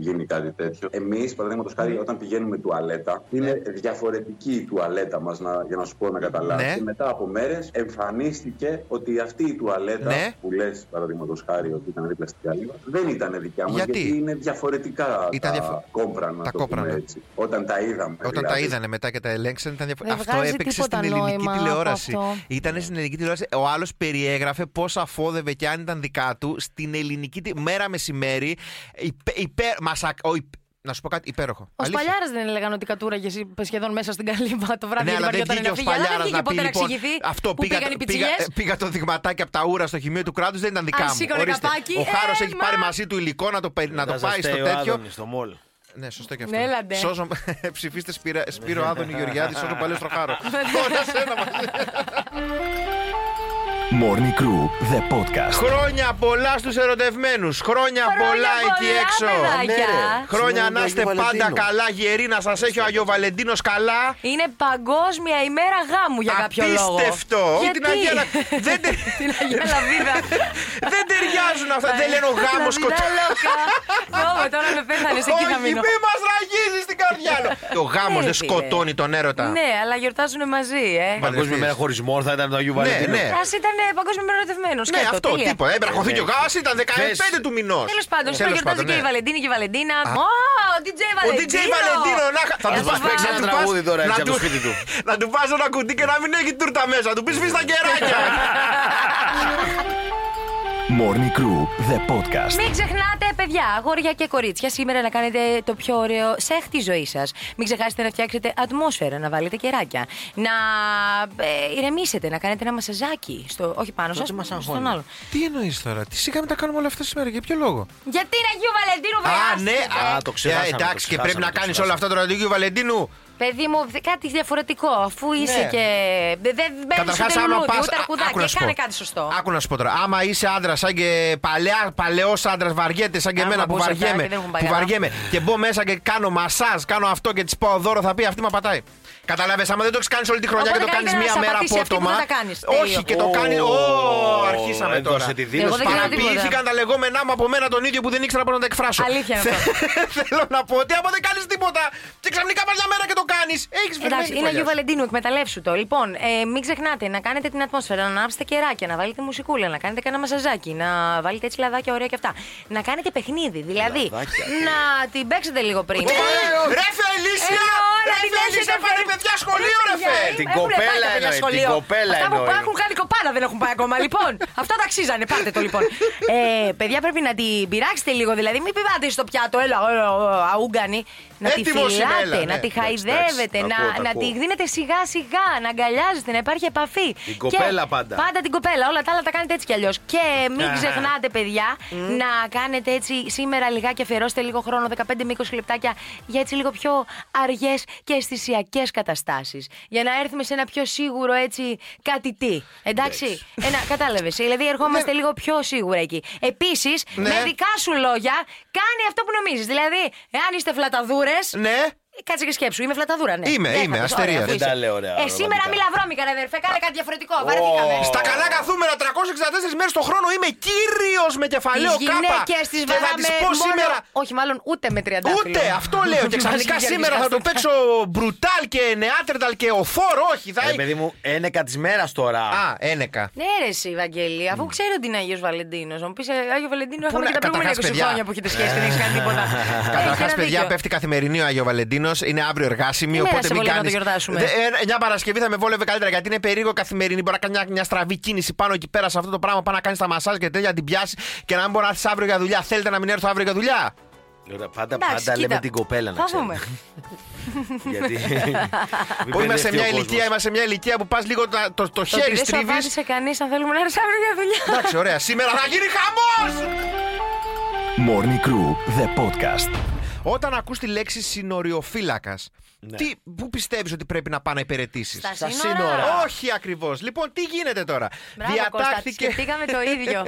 S6: γίνει κάτι τέτοιο. Εμείς, παραδείγματος χάρη,
S4: Ναι.
S6: όταν πηγαίνουμε τουαλέτα, είναι διαφορετική η τουαλέτα μας, για να σου πω να καταλάβεις.
S4: Ναι.
S6: Και μετά από μέρες εμφανίστηκε ότι αυτή η τουαλέτα
S4: Ναι.
S6: που λες, παραδείγματος χάρη, ότι ήταν δίπλα στην καλύβα, δεν ήταν δικιά μα.
S4: Γιατί?
S6: είναι διαφορετικά
S4: Ήταν
S6: τα
S4: διαφο-
S6: κόμπρανα, να
S4: τα
S6: το πούμε
S4: κόμπρανα.
S6: έτσι. Όταν τα είδαμε.
S4: Όταν τα
S6: δηλαδή.
S4: είδανε μετά και τα ελέγξαν, ήταν διαφο-
S5: Δεν
S4: Αυτό
S5: βγάζει
S4: έπαιξε
S5: τίποτα
S4: στην ελληνική
S5: νόημα από
S4: τηλεόραση.
S5: αυτό.
S4: Ήταν στην ελληνική τηλεόραση. Ο άλλος περιέγραφε πώ αφόδευε και αν ήταν δικά του στην ελληνική. τη- μέρα μεσημέρι. Υπε, υπέρ, μας ακ- ο υπ- να σου πω κάτι υπέροχο.
S5: Ο
S4: Αλήθεια.
S5: Σπαλιάρας δεν έλεγαν ότι κατούραγε σχεδόν μέσα στην καλύβα το βράδυ.
S4: Ναι,
S5: γιατί
S4: αλλά δεν
S5: βαριόταν
S4: βγήκε
S5: να
S4: ο
S5: φύγει. Αλλά
S4: Σπαλιάρα
S5: δεν
S4: να
S5: βγήκε
S4: πει
S5: ποτέ να
S4: λοιπόν.
S5: εξηγηθεί.
S4: Αυτό
S5: που
S4: πήγα,
S5: πήγαν οι
S4: πήγα, ε,
S5: πιτσιλιέ.
S4: πήγα το δειγματάκι από τα ούρα στο χημείο του κράτους, δεν ήταν δικά
S5: Αν
S4: μου.
S5: σήκωνε
S4: Ορίστε.
S5: καπάκι,
S4: ο Χάρος
S5: ε,
S4: έχει
S5: μα.
S4: πάρει μαζί του υλικό να το, περι- να το
S3: Μετά σας
S4: πάει στο
S3: φταίει ο
S4: τέτοιο.
S3: Άδωνης στο μολ.
S4: Ναι, σωστό και αυτό.
S5: Ναι, έλατε.
S4: Σώζω... Ψηφίστε Σπύρα... Σπύρο Άδωνη Γεωργιάδη, σώζω παλέστρο χάρο. Όλα σε ένα μαζί.
S2: Morning Crew, the podcast.
S4: Χρόνια πολλά στους ερωτευμένους. Χρόνια πολλά εκεί έξω.
S5: παιδάκια.
S4: Ναι, Χρόνια να είστε
S3: Σήμερα είναι ο Άγιος
S4: πάντα
S3: Βαλεντίνος.
S4: καλά, γεροί να σας έχει ο Αγιο Βαλεντίνος καλά.
S5: Είναι παγκόσμια ημέρα γάμου για κάποιο λόγο.
S4: Απίστευτο.
S5: Γιατί?
S4: Την Αγία Λα- δεν τε-
S5: Την Αγία Λαβίδα.
S4: Δεν ταιριάζουν αυτά. Δεν λένε ο γάμος
S5: κοντά.
S4: κοτσά.
S5: Ω, τώρα με πέθανε εκεί θα
S4: Όχι, μη
S5: μείνω.
S4: μας ραγίζεις την καρδιά. Ο γάμος δεν
S5: Ρε, Ε, φίλε.
S4: σκοτώνει τον έρωτα.
S5: Ναι, αλλά γιορτάζουν μαζί, ε.
S3: Παγκόσμια μέρα χωρισμών θα ήταν το Αγίου
S4: Ναι,
S3: Βαλεντίνου.
S4: ναι.
S5: Ας ήταν ε, παγκόσμια ημέρα ερωτευμένο.
S4: Ναι, αυτό τίποτα. Έπρεπε να χωθεί
S3: Ναι,
S4: και ο
S3: ναι.
S4: Γάς, ήταν 15
S3: Θες-
S4: του Ε, μηνός.
S5: Τέλος πάντων, σήμερα γιορτάζει και η Βαλεντίνη και η Βαλεντίνα. Ω, ο DJ
S4: ναι. Ο
S5: Βαλεντίνο.
S4: DJ Βαλεντίνο, να
S3: Θα του
S5: Έλα,
S3: πας
S5: βα-
S3: παίξει ένα
S5: να του
S3: τραγούδι τώρα
S4: να
S3: έτσι από το
S4: του-
S3: σπίτι του.
S4: Να του πα ένα κουτί και να μην έχει τούρτα μέσα. Να Του πεις φύγει τα κεράκια.
S2: Morning Crew, the podcast.
S5: Μην ξεχνάτε, παιδιά, αγόρια και κορίτσια, σήμερα να κάνετε το πιο ωραίο σεχ της ζωής σας. Μην ξεχάσετε να φτιάξετε ατμόσφαιρα, να βάλετε κεράκια. Να ε, ηρεμήσετε, να κάνετε ένα μασαζάκι. Στο, όχι πάνω
S4: Τότε μας
S5: σα, στον
S4: αγχώνει.
S5: άλλον.
S4: Τι εννοείς τώρα, τι σήκαμε τα κάνουμε όλα αυτά σήμερα, για ποιο λόγο.
S5: Γιατί να γιου Βαλεντίνου,
S4: Α,
S5: βέβαια.
S4: ναι,
S3: Α, το ξεχάσαμε,
S4: Ε,
S3: το
S4: Εντάξει, και
S3: ξεχάσαμε,
S4: πρέπει να
S3: το
S4: κάνεις
S3: ξεχάσαμε.
S4: όλα αυτά τώρα του Αγίου Βαλεντίνου.
S5: Παιδί μου, δε- κάτι διαφορετικό, αφού είσαι
S4: Ναι.
S5: και. δε- Δεν μπαίνει
S4: Καταρχάς,
S5: ούτε λουλούδι,
S4: πας-
S5: ούτε
S4: Α, άκου να
S5: αρκουδάκι.
S4: σου
S5: Κάνε
S4: πω.
S5: κάτι σωστό.
S4: Άκου να σου πω τώρα. Άμα είσαι άντρας, σαν και παλαιά, παλαιός άντρας, βαριέται σαν και
S5: Άμα
S4: εμένα που
S5: μπούσα αυτά
S4: βαριέμαι,
S5: και δεν έχουν
S4: που
S5: παγάλα.
S4: βαριέμαι και μπω μέσα και κάνω μασάζ, κάνω αυτό και της πάω δώρο, θα πει αυτή μα πατάει. Κατάλαβε, άμα δεν το έχεις κάνεις όλη τη χρονιά
S5: Οπότε
S4: και το κάνεις
S5: καλύτερα να
S4: μία
S5: σε
S4: μέρα
S5: απατήσει αυτή που
S4: απότομα.
S5: δεν τα κάνεις.
S4: Όχι,
S5: Τέλειο.
S4: και το
S3: Ω,
S4: κάνεις. Ω, αρχίσαμε
S3: έδωσε
S4: τώρα.
S3: τη δήλωση.
S5: Εγώ δεν ξέρω τίποτα.
S4: Παραποιήθηκαν τα λεγόμενά μου από μένα τον ίδιο που δεν ήξερα πώ να τα εκφράσω.
S5: Αλήθεια είναι
S4: Θε- Θέλω να πω ότι άμα δεν κάνεις τίποτα και ξαφνικά πας μια μέρα και το κάνεις, έχεις
S5: Εντάξει, είναι Αγίου Βαλεντίνου, εκμεταλλεύσου το. Λοιπόν, ε, μην ξεχνάτε να κάνετε την ατμόσφαιρα, να ανάψετε κεράκια, να βάλετε μουσικούλα, να κάνετε κανένα μασαζάκι, να βάλετε έτσι λαδάκια ωραία και αυτά. Να κάνετε παιχνίδι, δηλαδή.
S3: Λαδάκια,
S5: να την παίξετε λίγο πριν. Ε,
S4: Ρε Φελίσια!
S5: Εννοώ, να
S4: Ρε
S5: την
S4: Φελίσια,
S5: έχετε
S4: πάρε
S5: φέρει.
S4: παιδιά σχολείο, ρε
S5: παιδιά,
S4: Φε!
S5: ε,
S3: Την
S5: έχουνε πάει τα
S3: κοπέλα
S5: παιδιά
S3: εννοεί, την
S5: σχολείο.
S3: κοπέλα
S5: Αυτά που
S3: εννοεί.
S5: έχουν κάνει κοπάνα δεν έχουν πάει ακόμα. Λοιπόν, αυτά τα αξίζανε. Πάρτε το λοιπόν. Ε, παιδιά, πρέπει να την πειράξετε λίγο. Δηλαδή, μην πιβάτε στο πιάτο, έλα, έλα, έλα, αούγκανη. Να τη
S4: Έτοιμος είναι,
S5: φυλάτε,
S4: έλα,
S5: να
S4: ναι.
S5: τη
S4: Εντάξει,
S5: χαϊδεύετε,
S3: εντάξει,
S5: να,
S3: τα ακούω, τα
S5: να
S3: ακούω.
S5: τη δίνετε σιγά σιγά, να αγκαλιάζετε, να υπάρχει επαφή.
S3: Την κοπέλα πάντα.
S5: Πάντα την κοπέλα, όλα τα άλλα τα κάνετε έτσι κι αλλιώς. Και μην
S4: Ναι.
S3: Α.
S5: ξεχνάτε, παιδιά, να κάνετε έτσι σήμερα λιγάκι, αφιερώστε λίγο χρόνο, 15 με 20 λεπτάκια, για έτσι λίγο πιο αργές και αισθησιακές καταστάσεις. Για να έρθουμε σε ένα πιο σίγουρο έτσι κάτι τι. Εντάξει. Ένα, κατάλαβες. Δηλαδή, ερχόμαστε λίγο πιο σίγουρα εκεί. Επίσης,
S4: Ναι.
S5: με δικά σου λόγια, κάνε αυτό που νομίζεις. Δηλαδή, εάν είστε φλαταδούρες.
S4: Ναι,
S5: Κάτσε και σκέψου, είμαι φλαταδούρα, ναι.
S4: Είμαι,
S5: Δεν
S4: είμαι,
S5: θα πεις,
S4: αστερία.
S5: ωραία, αφού
S4: Δεν
S5: είσαι.
S3: τα λέω ωραία,
S5: Ε, σήμερα
S3: ρομαντικά.
S5: μη λαβρώμικα, ρε αδερφέ, κάνε κάτι διαφορετικό. Βαρεθήκαμε.
S4: στα καλά καθούμενα 364 μέρες το χρόνο είμαι κύριος με κεφαλαίο
S5: Τις
S4: κάπα.
S5: γυναίκες τις
S4: Και θα τη
S5: βαράμε
S4: πω
S5: μόνο-
S4: σήμερα.
S5: Όχι, μάλλον ούτε με 30.
S4: Ούτε, αυτό λέω. Και ξαφνικά σήμερα θα το παίξω μπρουτάλ και νεάτερταλ και οθόρο. Όχι, θα.
S3: Ρε Ε, παιδί μου, ένεκα της μέρας τώρα.
S4: Α, ένεκα.
S5: Ναι, ρε, εσύ, Βαγγέλη, αφού ξέρω ότι είναι Άγιος Βαλεντίνος. Να μου πεις Άγιο Βαλεντίνο,
S4: Πού
S5: έχουμε
S4: να-
S5: και τα προηγούμενα 20
S4: καταρχάς, παιδιά.
S5: χρόνια που έχετε σχέση και δεν έχεις κάνει τίποτα. Έχεις
S4: Καταρχά,
S5: ένα
S4: παιδιά,
S5: δίκιο.
S4: πέφτει καθημερινή ο Άγιο Βαλεντίνος. Είναι αύριο εργάσιμη.
S5: Τι μέρα σε
S4: Οπότε μην
S5: βολεύει να
S4: κάνει.
S5: το γιορτάσουμε?
S4: Μια Παρασκευή θα με βόλευε καλύτερα γιατί είναι περίεργο καθημερινή. Μπορεί να κάνει μια, μια στραβή κίνηση πάνω εκεί πέρα σε αυτό το πράγμα. Πάνω να κάνεις τα μασάζ και τέτοια, να την πιάσεις και να μην μπορείς να έρθεις αύριο για δουλειά. Θέλετε να μην έρθω αύριο για δουλειά.
S3: Ωραία, Πάντα,
S5: Εντάξει,
S3: πάντα λέμε
S5: κοίτα,
S3: την κοπέλα να
S5: Θα
S3: ξέρεις.
S5: δούμε.
S3: Γιατί. Μην
S4: Που
S3: μπερδευτεί
S4: είμαστε σε
S3: ο
S4: μια
S3: κόσμος.
S4: ηλικία, είμαστε σε μια ηλικία που πας λίγο τα- το, το
S5: Το ότι
S4: χέρι
S5: δεν σου
S4: στρίβει.
S5: απάντησε κανείς αν θέλουμε να έρθει αύριο για δουλειά.
S4: Εντάξει, ωραία. Σήμερα θα γίνει χαμός!
S2: Morning Crew, the podcast.
S4: Όταν ακούς τη λέξη συνοριοφύλακας,
S3: Ναι.
S4: πού πιστεύεις ότι πρέπει να πάει να υπηρετήσεις.
S5: Στα σύνορα.
S4: Όχι ακριβώς. Λοιπόν, τι γίνεται τώρα.
S5: Μπράβο, Κώστα, τη σκεφτήκαμε το ίδιο.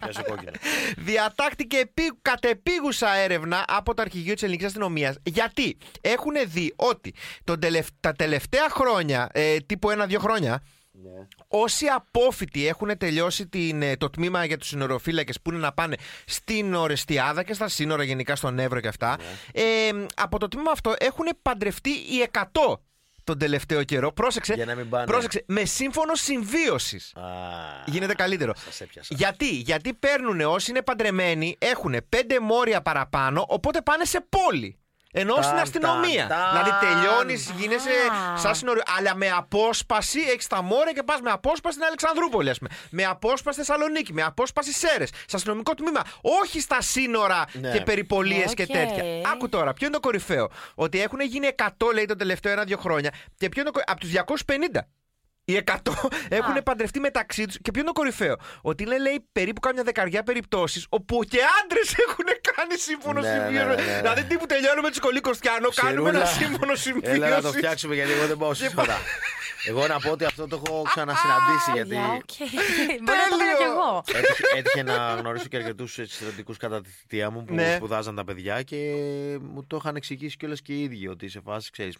S3: Πιάσε κόκκινο.
S4: Διατάχτηκε επί... κατεπίγουσα έρευνα από το αρχηγείο της ελληνικής αστυνομίας. Γιατί έχουν δει ότι τον τελευ- τα τελευταία χρόνια, ε, τύπου ένα-δύο χρόνια,
S3: Ναι.
S4: Όσοι απόφοιτοι έχουν τελειώσει την, ε, το τμήμα για τους συνοροφύλακε που είναι να πάνε στην Ορεστιάδα και στα σύνορα, γενικά στον Εύρο και αυτά,
S3: Ναι.
S4: ε, από το τμήμα αυτό έχουν παντρευτεί οι 100 τον τελευταίο καιρό. Πρόσεξε,
S3: Για να μην πάνε.
S4: πρόσεξε με σύμφωνο συμβίωσης.
S3: Α,
S4: Γίνεται καλύτερο.
S3: σας έπιασα.
S4: Γιατί, γιατί παίρνουν όσοι είναι παντρεμένοι, έχουν πέντε μόρια παραπάνω, οπότε πάνε σε πόλη. Ενώ
S3: Ταν,
S4: στην αστυνομία.
S3: ταν, ταν.
S4: Δηλαδή τελειώνεις, γίνεσαι
S5: Α.
S4: σαν σύνοριο. Αλλά με απόσπαση έχεις τα μόρια και πας με απόσπαση στην Αλεξανδρούπολη, ας πούμε. Με απόσπαση στη Θεσσαλονίκη, με απόσπαση Σέρε, στο αστυνομικό τμήμα. Όχι στα σύνορα
S3: Ναι.
S4: και περιπολίες και
S5: Οκ.
S4: τέτοια. Άκου τώρα, ποιο είναι το κορυφαίο. Ότι έχουν γίνει 100, λέει, το τελευταίο ένα-δύο χρόνια. Και ποιο είναι το κορυφαίο. Από τους 250. Οι 100 έχουν παντρευτεί μεταξύ τους. Και ποιο είναι το κορυφαίο. Ότι είναι, λέει, περίπου κάμια δεκαριά περιπτώσεις όπου και άντρες έχουν κάνει σύμφωνο
S3: Ναι,
S4: συμβίωση.
S3: ναι, ναι, ναι.
S4: Δηλαδή, τύπου τελειώνουμε του κολλή Κωστιανό, κάνουμε ένα
S3: Ξερούλα,
S4: σύμφωνο Λοιπόν. συμβίωση.
S3: Έλα να το φτιάξουμε γιατί εγώ δεν πάω σύνορα. Εγώ να πω ότι αυτό το έχω ξανασυναντήσει γιατί.
S5: Γεια, οκ. Μπορεί να το κάνω κι
S4: Τέλειο.
S5: εγώ.
S3: Έτυχε, έτυχε να γνωρίσω και αρκετούς στρατιωτικού κατά τη θητεία μου που
S4: Ναι.
S3: σπουδάζαν τα παιδιά και μου το είχαν εξηγήσει κιόλας και οι ίδιοι. Ότι σε φάση ξέρεις.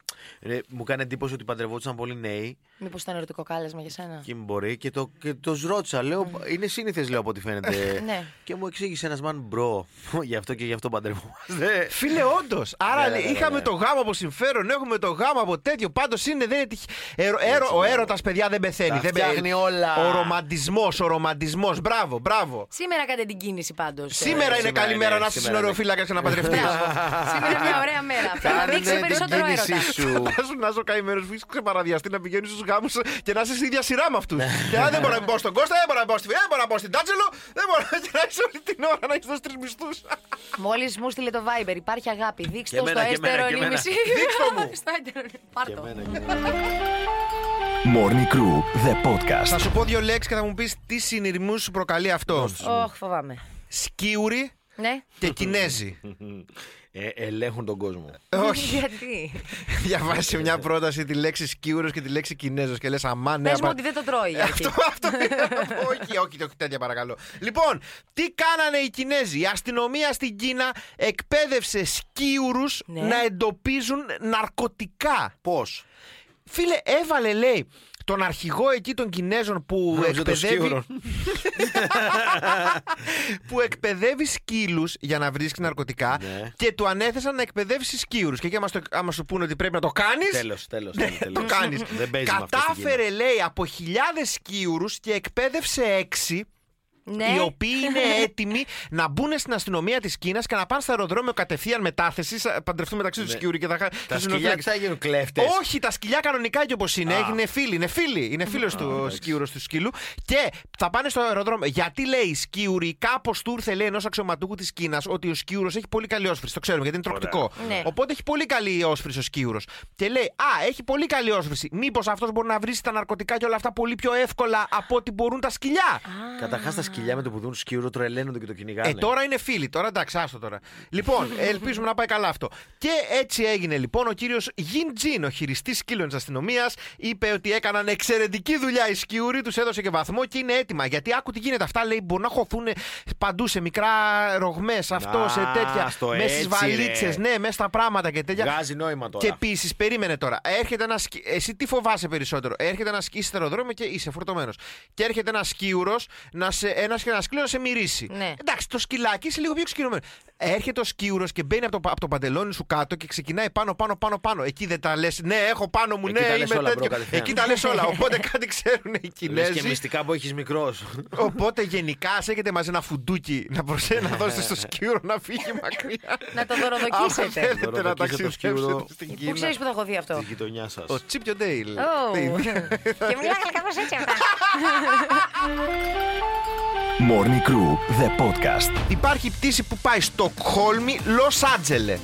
S3: Μου κάνει εντύπωση ότι παντρευόντουσαν πολύ νέοι
S5: Μήπως ήταν ερωτικό κάλεσμα για σένα.
S3: και μπορεί και το, και το ρώτησα. Λέω, είναι σύνηθες, λέω από ό,τι φαίνεται.
S5: Ναι.
S3: και μου εξήγησε ένας man μπρο. Γι' αυτό και γι' αυτό παντρευόμαστε.
S4: Φίλε, όντως. Άρα
S3: Ναι,
S4: λέει,
S3: ναι, ναι,
S4: είχαμε
S3: ναι.
S4: το γάμο από συμφέρον, έχουμε το γάμο από τέτοιο. Πάντως είναι, δεν είναι τυχαίο. έρο, ο έρωτας, παιδιά, δεν πεθαίνει.
S3: Τα
S4: δεν
S3: φτιάχνει όλα.
S4: Ο ρομαντισμός, ο ρομαντισμός. Μπράβο, μπράβο.
S5: Σήμερα κάντε την κίνηση ε. πάντως.
S4: Σήμερα
S3: Ε,
S4: είναι
S3: σήμερα
S4: καλή
S3: είναι,
S4: μέρα να είσαι
S3: σήμερα είναι.
S4: συνοριοφύλακα και να παντρευτείς.
S5: Σήμερα είναι μια ωραία μέρα. Θα
S3: Κάνε
S5: αναδείξει
S3: την
S5: περισσότερο
S3: κίνησή
S5: έρωτα.
S3: σου.
S4: Φαντάζομαι να είσαι καημένο που έχει ξεπαραδιαστεί να πηγαίνεις στους γάμους και να είσαι στην ίδια σειρά με αυτούς. και αν δεν μπορώ να μπω στον Κώστα, δεν μπορώ να μπω στη Βία, δεν μπορώ να μπω στην Τάτσελο, δεν μπορώ να- και να είσαι όλη την ώρα να έχει δώσει τρει μισθούς.
S5: Μόλις μου στείλε το Viber, υπάρχει αγάπη. Δείξτε
S3: Και
S5: το στο
S3: εμένα, και εμένα,
S5: έστερο
S3: και εμένα.
S5: νήμιση.
S4: Δείξ' το μου.
S5: Στο έστερο Πάρτο.
S2: Morning Crew, the
S4: Θα
S2: podcast.
S4: σου πω δύο λέξεις και θα μου πεις τι συνειρμούς σου προκαλεί αυτό.
S5: Ωχ, φοβάμαι.
S4: Σκίουροι
S5: Ναι.
S4: και Κινέζοι.
S3: Ε, ελέγχουν τον κόσμο.
S4: Όχι.
S5: Γιατί.
S4: Διαβάσει σε μια πρόταση τη λέξη σκύουρο και τη λέξη Κινέζος και λες αμά ναι.
S5: Πες μου
S4: απα-
S5: ότι δεν το
S3: Ε,
S5: τρώει. γιατί.
S4: Αυτό, αυτό ήθελα να πω. όχι, όχι, όχι, τέτοια παρακαλώ. Λοιπόν, τι κάνανε οι Κινέζοι. Η αστυνομία στην Κίνα εκπαίδευσε σκύουρου
S5: Ναι.
S4: να εντοπίζουν ναρκωτικά. Πώς. Φίλε, έβαλε, λέει, τον αρχηγό εκεί των Κινέζων που
S3: Νόμιζα το
S4: εκπαιδεύει Ναι.
S3: σκύουρο.
S4: που εκπαιδεύει σκύλους για να βρίσκει ναρκωτικά
S3: Ναι.
S4: και του ανέθεσαν να εκπαιδεύσει σκύλου. Και εκεί, άμα, στο, άμα σου πούνε ότι πρέπει να το κάνεις.
S3: Τέλος, τέλος.
S4: το κάνεις.
S3: Δεν παίζει με αυτό. στην Κίνα.
S4: Κατάφερε, λέει, από χιλιάδες σκύουρου και εκπαίδευσε έξι.
S5: Ναι.
S4: Οι οποίοι είναι έτοιμοι να μπουν στην αστυνομία της Κίνας και να πάνε στο αεροδρόμιο κατευθείαν μετάθεσης. σα- Παντρευτούν μεταξύ τους σκύουροι και θα χα-
S3: Ναι. Τα
S4: τους
S3: σκυλιά τι
S4: συνοθήκες.
S3: θα γίνουν κλέφτες.
S4: Όχι, τα σκυλιά κανονικά και όπως είναι. Είναι φίλοι, είναι φίλοι. Είναι φίλος του σκύουρος του σκύλου. Και θα πάνε στο αεροδρόμιο. Γιατί λέει η σκύουρη, κάπως του ήρθε λέει ενός αξιωματούχου της Κίνας ότι ο σκύουρος έχει πολύ καλή όσφρηση. Το ξέρουμε γιατί είναι τροκτικό.
S5: Ναι.
S4: Οπότε έχει πολύ καλή όσφρηση ο σκύουρος. Και λέει, Α, έχει πολύ καλή όσφρηση. Μήπως αυτός μπορεί να βρει τα ναρκωτικά και όλα αυτά πολύ πιο εύκολα από ό,τι μπορούν τα σκυλιά.
S3: Καταρχάς τα σκυλιά με το που δουν σκύρο τρελαίνονται και το κυνηγάνε.
S4: Ε, τώρα είναι φίλοι, τώρα εντάξει, άστο τώρα. Λοιπόν, ελπίζουμε να πάει καλά αυτό. Και έτσι έγινε λοιπόν. Ο κύριος Γιν Τζιν, ο χειριστής σκύλων της αστυνομίας, είπε ότι έκαναν εξαιρετική δουλειά οι σκιούροι, τους έδωσε και βαθμό και είναι έτοιμα. Γιατί άκου τι γίνεται. Αυτά λέει μπορεί να χωθούν παντού σε μικρά ρογμές, αυτό,
S3: Να,
S4: σε τέτοια.
S3: στο
S4: Μέσα στις
S3: έτσι,
S4: βαλίτσες,
S3: ρε.
S4: ναι, μέσα στα πράγματα και τέτοια.
S3: Βγάζει νόημα τώρα.
S4: Και επίσης, περίμενε τώρα. Έρχεται ένα. σκι- Εσύ τι φοβάσαι περισσότερο. Έρχεται ένα σκι στο αεροδρόμιο και είσαι φορτωμένος. Και έρχεται ένα σκύουρο, να σε... ένας και ένας σκύλο να σε μυρίσει.
S5: Ναι.
S4: Εντάξει, το σκυλάκι είσαι λίγο πιο ξυκυρωμένο. Έρχεται ο σκύουρος και μπαίνει από το, από το παντελόνι σου κάτω και ξεκινάει πάνω, πάνω, πάνω, πάνω. Εκεί δεν τα λες. Ναι, έχω πάνω μου,
S3: Εκεί
S4: ναι,
S3: τα λες
S4: είμαι
S3: όλα,
S4: τέτοιο.
S3: μπρο, κατευθείαν.
S4: Εκεί τα λες όλα. Οπότε κάτι ξέρουν οι
S3: Λες και
S4: Κινέζοι.
S3: μυστικά που έχεις μικρός.
S4: Οπότε γενικά ας έχετε μαζί ένα φουντούκι να προσέχετε να δώσετε στο σκύουρο να φύγει μακριά.
S5: Να το
S4: Άμα
S5: δωροδοκίσετε.
S4: θέλετε να
S3: Δωροδοκίσετε το σκύουρο.
S4: ταξιδέψετε στην
S5: Πού
S4: Κίνα.
S5: ξέρεις που θα έχω δει αυτό.
S3: Τη γειτονιά σας.
S4: Ο Τσίπιο Ντέιλ.
S5: Ω.
S4: Τι-
S5: Και μιλάγανε κάπως έτσι αυτά.
S2: Morning Crew, the podcast.
S4: Υπάρχει πτήση που πάει Στοκχόλμη, Λος Άτζελε.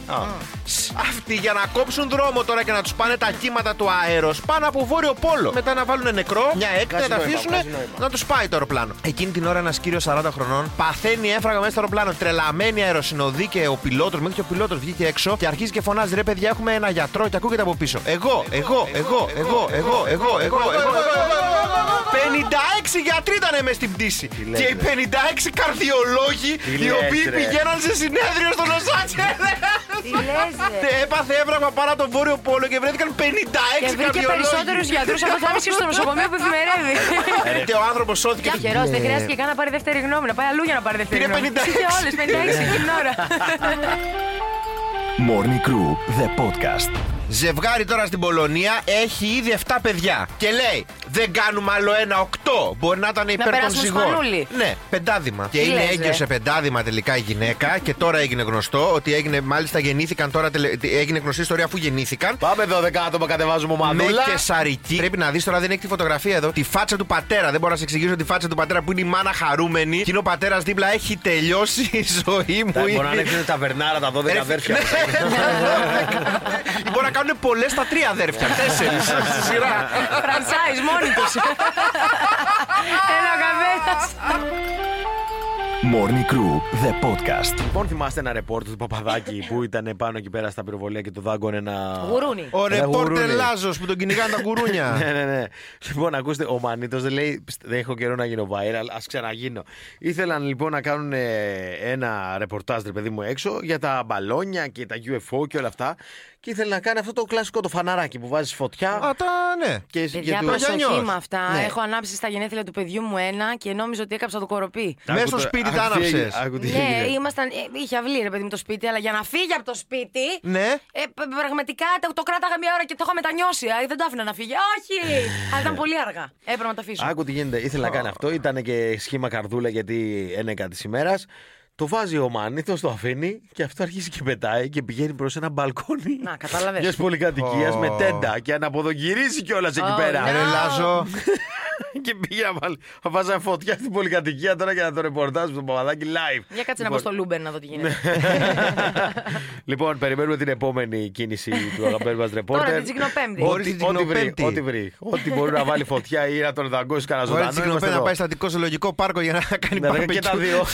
S4: Σ- Αυτοί για να κόψουν δρόμο τώρα και να τους πάνε τα κύματα του αέρος πάνω από βόρειο πόλο. Μετά να βάλουν νεκρό, μια έκτα, να τα αφήσουν να τους πάει το αεροπλάνο. Εκείνη την ώρα ένας κύριος 40 χρονών παθαίνει έφραγα μέσα στο αεροπλάνο. Τρελαμένη αεροσυνοδή και ο πιλότος, μέχρι και ο πιλότος βγήκε έξω και αρχίζει και φωνάζει ρε παιδιά, έχουμε ένα γιατρό και ακούγεται από πίσω. Εγώ, εγώ, εγώ, εγώ, εγώ, εγώ, εγώ, εγώ, εγώ, εγώ. 56 γιατροί ήταν μέσα στην πτήση.
S3: λες,
S4: Και οι
S3: ρε.
S4: 56 καρδιολόγοι οι
S3: λες,
S4: οποίοι
S3: ρε.
S4: πηγαίναν σε συνέδριο στο Λος Άντζελες.
S5: Τι λε.
S4: Ναι, Έπαθε έβραγμα πάνω από τον Βόρειο Πόλο και βρέθηκαν 56
S5: Και βρήκε
S4: καρδιολόγοι.
S5: περισσότερους γιατρούς από αυτά που στο νοσοκομείο που εφημερεύει.
S4: Και ο άνθρωπος σώθηκε.
S5: Πια καιρός, δεν χρειάστηκε καν να πάρει δεύτερη γνώμη. Να πάει αλλού για να πάρει δεύτερη
S4: Πήρε
S5: γνώμη.
S4: 56.
S5: Πήρε όλε 56 εκείνη την ώρα.
S2: Morning Crew, the podcast.
S4: Ζευγάρι τώρα στην Πολωνία έχει ήδη 7 παιδιά. Και λέει, δεν κάνουμε άλλο ένα 8. Μπορεί να ήταν υπέρ των
S5: περάσουμε
S4: ζυγών.
S5: σπανούλι.
S4: Ναι, πεντάδημα. Και
S5: Τι
S4: είναι
S5: λες,
S4: έγκυο
S5: ρε.
S4: σε πεντάδημα τελικά η γυναίκα. Και τώρα έγινε γνωστό ότι έγινε, μάλιστα γεννήθηκαν τώρα. τελε- Έγινε γνωστή ιστορία αφού γεννήθηκαν.
S3: Πάμε 12 άτομα, κατεβάζουμε
S4: Με
S3: ομαδούλα.
S4: κεσαρική. Πρέπει να δεις τώρα, δεν έχει τη φωτογραφία εδώ. Τη φάτσα του πατέρα. Δεν μπορώ να σε εξηγήσω τη φάτσα του πατέρα που είναι η μάνα χαρούμενη. Και είναι ο πατέρας δίπλα, έχει τελειώσει η ζωή μου.
S3: Τα- Μπορεί να
S4: Είναι-
S3: ανοίξουν τα βερνάρα τα 12
S4: Ρε,
S3: αδέρφια.
S4: ναι. Μπορεί να κάνουν πολλές στα τρία αδέρφια. Τέσσερις στη σειρά.
S5: Φρανσάι, μόνοι τους. Ένα καβένα.
S2: Morning Crew, the podcast.
S3: Λοιπόν, θυμάστε ένα ρεπόρτερ του Παπαδάκη που ήταν πάνω εκεί πέρα στα πυροβολία και το δάγκωνε ένα.
S5: Γουρούνι.
S4: Ο
S3: Ρε,
S4: ρεπόρτερ
S3: γουρούνι.
S4: Λάζος που τον κυνηγάνε τα
S3: ναι,
S4: γουρούνια.
S3: ναι, ναι. Λοιπόν, ακούστε, ο Μανίτος δεν λέει Δεν έχω καιρό να γίνω viral, ας ξαναγίνω. Ήθελαν λοιπόν να κάνουν ε, ένα ρεπορτάζ, ρε παιδί μου, έξω για τα μπαλόνια και τα UFO και όλα αυτά. Και ήθελε να κάνει αυτό το κλασικό το φαναράκι που βάζει φωτιά.
S4: Α, τα ναι.
S3: και
S5: Παιδιά,
S3: και το-
S4: προσοχή
S5: προσοχή
S4: Γιάννιος.
S5: με αυτά.
S4: Ναι.
S5: Έχω ανάψει στα γενέθλια του παιδιού μου ένα και νόμιζα ότι έκαψα το κοροπή.
S4: Μέσα
S3: Άκου
S4: στο
S3: τώρα,
S4: σπίτι
S3: άκου
S4: άναψε.
S3: Άκου τι
S5: Ναι,
S3: έγινε.
S5: ήμασταν. ε, Είχε αυλή ρε παιδί μου το σπίτι, αλλά για να φύγει από το σπίτι.
S4: Ναι.
S5: ε, π- πραγματικά το, το κράταγα μια ώρα και το είχα μετανιώσει. ε, δεν τα άφηνα να φύγει. Όχι! αλλά ήταν πολύ αργά. Έπρεπε να τα αφήσω.
S3: Άκου τι γίνεται. Ήθελε να κάνει αυτό. Ήταν και σχήμα καρδούλα γιατί ένεκα της ημέρας. Το βάζει ο Μάνιθο, το αφήνει και αυτό αρχίζει και πετάει και πηγαίνει προς ένα μπαλκόνι.
S5: Να, καταλαβες.
S3: Μιας πολυκατοικίας
S4: Ω.
S3: με τέντα και αναποδογυρίζει κιόλας εκεί
S5: Ω,
S3: πέρα.
S5: ναι.
S4: Ρε Λάζο.
S3: και πήγε να βάλει. να βάζανε φωτιά στην πολυκατοικία τώρα για να το ρεπορτάζ στο παπαδάκι live.
S5: Για κάτσε να
S3: Λοιπόν,
S5: πω στο Λούμπερ να δω τι γίνεται.
S4: Ναι.
S3: λοιπόν, περιμένουμε την επόμενη κίνηση του αγαπημένου μας ρεπόρτερ.
S5: την Τσικνοπέμπτη.
S3: Ό,τι-
S4: Μπορεί την
S3: ό,τι βρει.
S4: Τσικνοπέμπτη.
S3: Ό,τι βρει. Ό,τι μπορεί να βάλει φωτιά ή να τον δαγκώσει κανένα
S4: Μπορεί
S3: ζωντανό.
S4: να
S3: είμαστε
S4: τσιγκλοπέ να
S3: εδώ.
S4: πάει στατικό ζωολογικό πάρκο για να κάνει
S3: Ναι, και τα
S4: barbecue.
S3: δύο.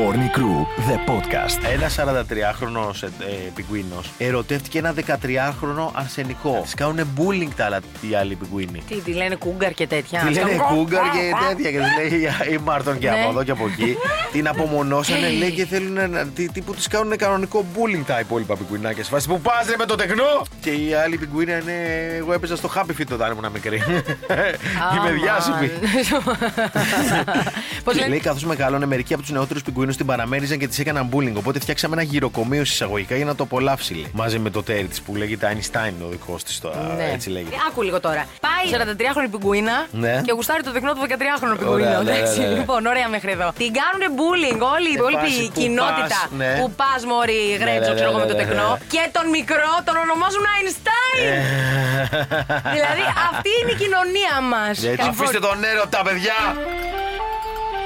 S2: Morning Crew, the podcast.
S3: Ένα 43χρονο ε, πιγκουίνος ερωτεύτηκε ένα 13χρονο αρσενικό. Τη κάνουν bullying τα άλλα οι άλλοι πιγκουίνοι.
S5: τι, τη λένε κούγκαρ και τέτοια.
S3: Τη λένε
S5: Σκαγκό.
S3: κούγκαρ και τέτοια και τη λέει «Ε, η Μάρτον και
S5: Ε, Ναι.
S3: από εδώ και από εκεί. Την απομονώσανε λέει και θέλουν να. Τι, τι που του κάνουν κανονικό bullying τα υπόλοιπα πιγκουινάκια. Σε φάση που πας ρε με το τεχνό! Και οι άλλοι πιγκουίνοι είναι. Εγώ έπαιζα στο happy fit όταν ήμουν μικρή. Είμαι
S5: Αμάν.
S3: διάσημη.
S5: Πώς
S3: Λέει,
S5: λένε.
S3: καθώς μεγάλωνε, μερικοί από τους νεότερους πιγκουίνου την παραμέριζαν και τη έκαναν bullying. Οπότε φτιάξαμε ένα γυροκομείο εισαγωγικά για να το απολαύσει. λέει. Μαζί με το τέρι της που λέγεται Einstein ο δικός της τώρα.
S5: Ναι.
S3: Έτσι λέγεται.
S5: Άκου λίγο τώρα. Πάει 43χρονη πιγκουίνα
S3: Ναι.
S5: και γουστάρει το τεκνό του 13χρονου
S3: Ωραία,
S5: πιγκουίνα.
S3: ναι,
S5: Εντάξει.
S3: ναι, ναι.
S5: Λοιπόν, ωραία μέχρι εδώ. Την κάνουνε bullying όλη η
S3: φάση
S5: υπόλοιπη
S3: που
S5: κοινότητα
S3: πας, ναι.
S5: που πας μωρή
S3: ναι,
S5: γρέτζο, ξέρω εγώ
S3: ναι,
S5: με το
S3: ναι, ναι,
S5: τεκνό.
S3: ναι. Ε.
S5: Και τον μικρό τον ονομάζουν Einstein. Δηλαδή αυτή είναι η κοινωνία Λοιπόν, μα.
S3: Έτσι. Αφήστε τον έρωτα, παιδιά!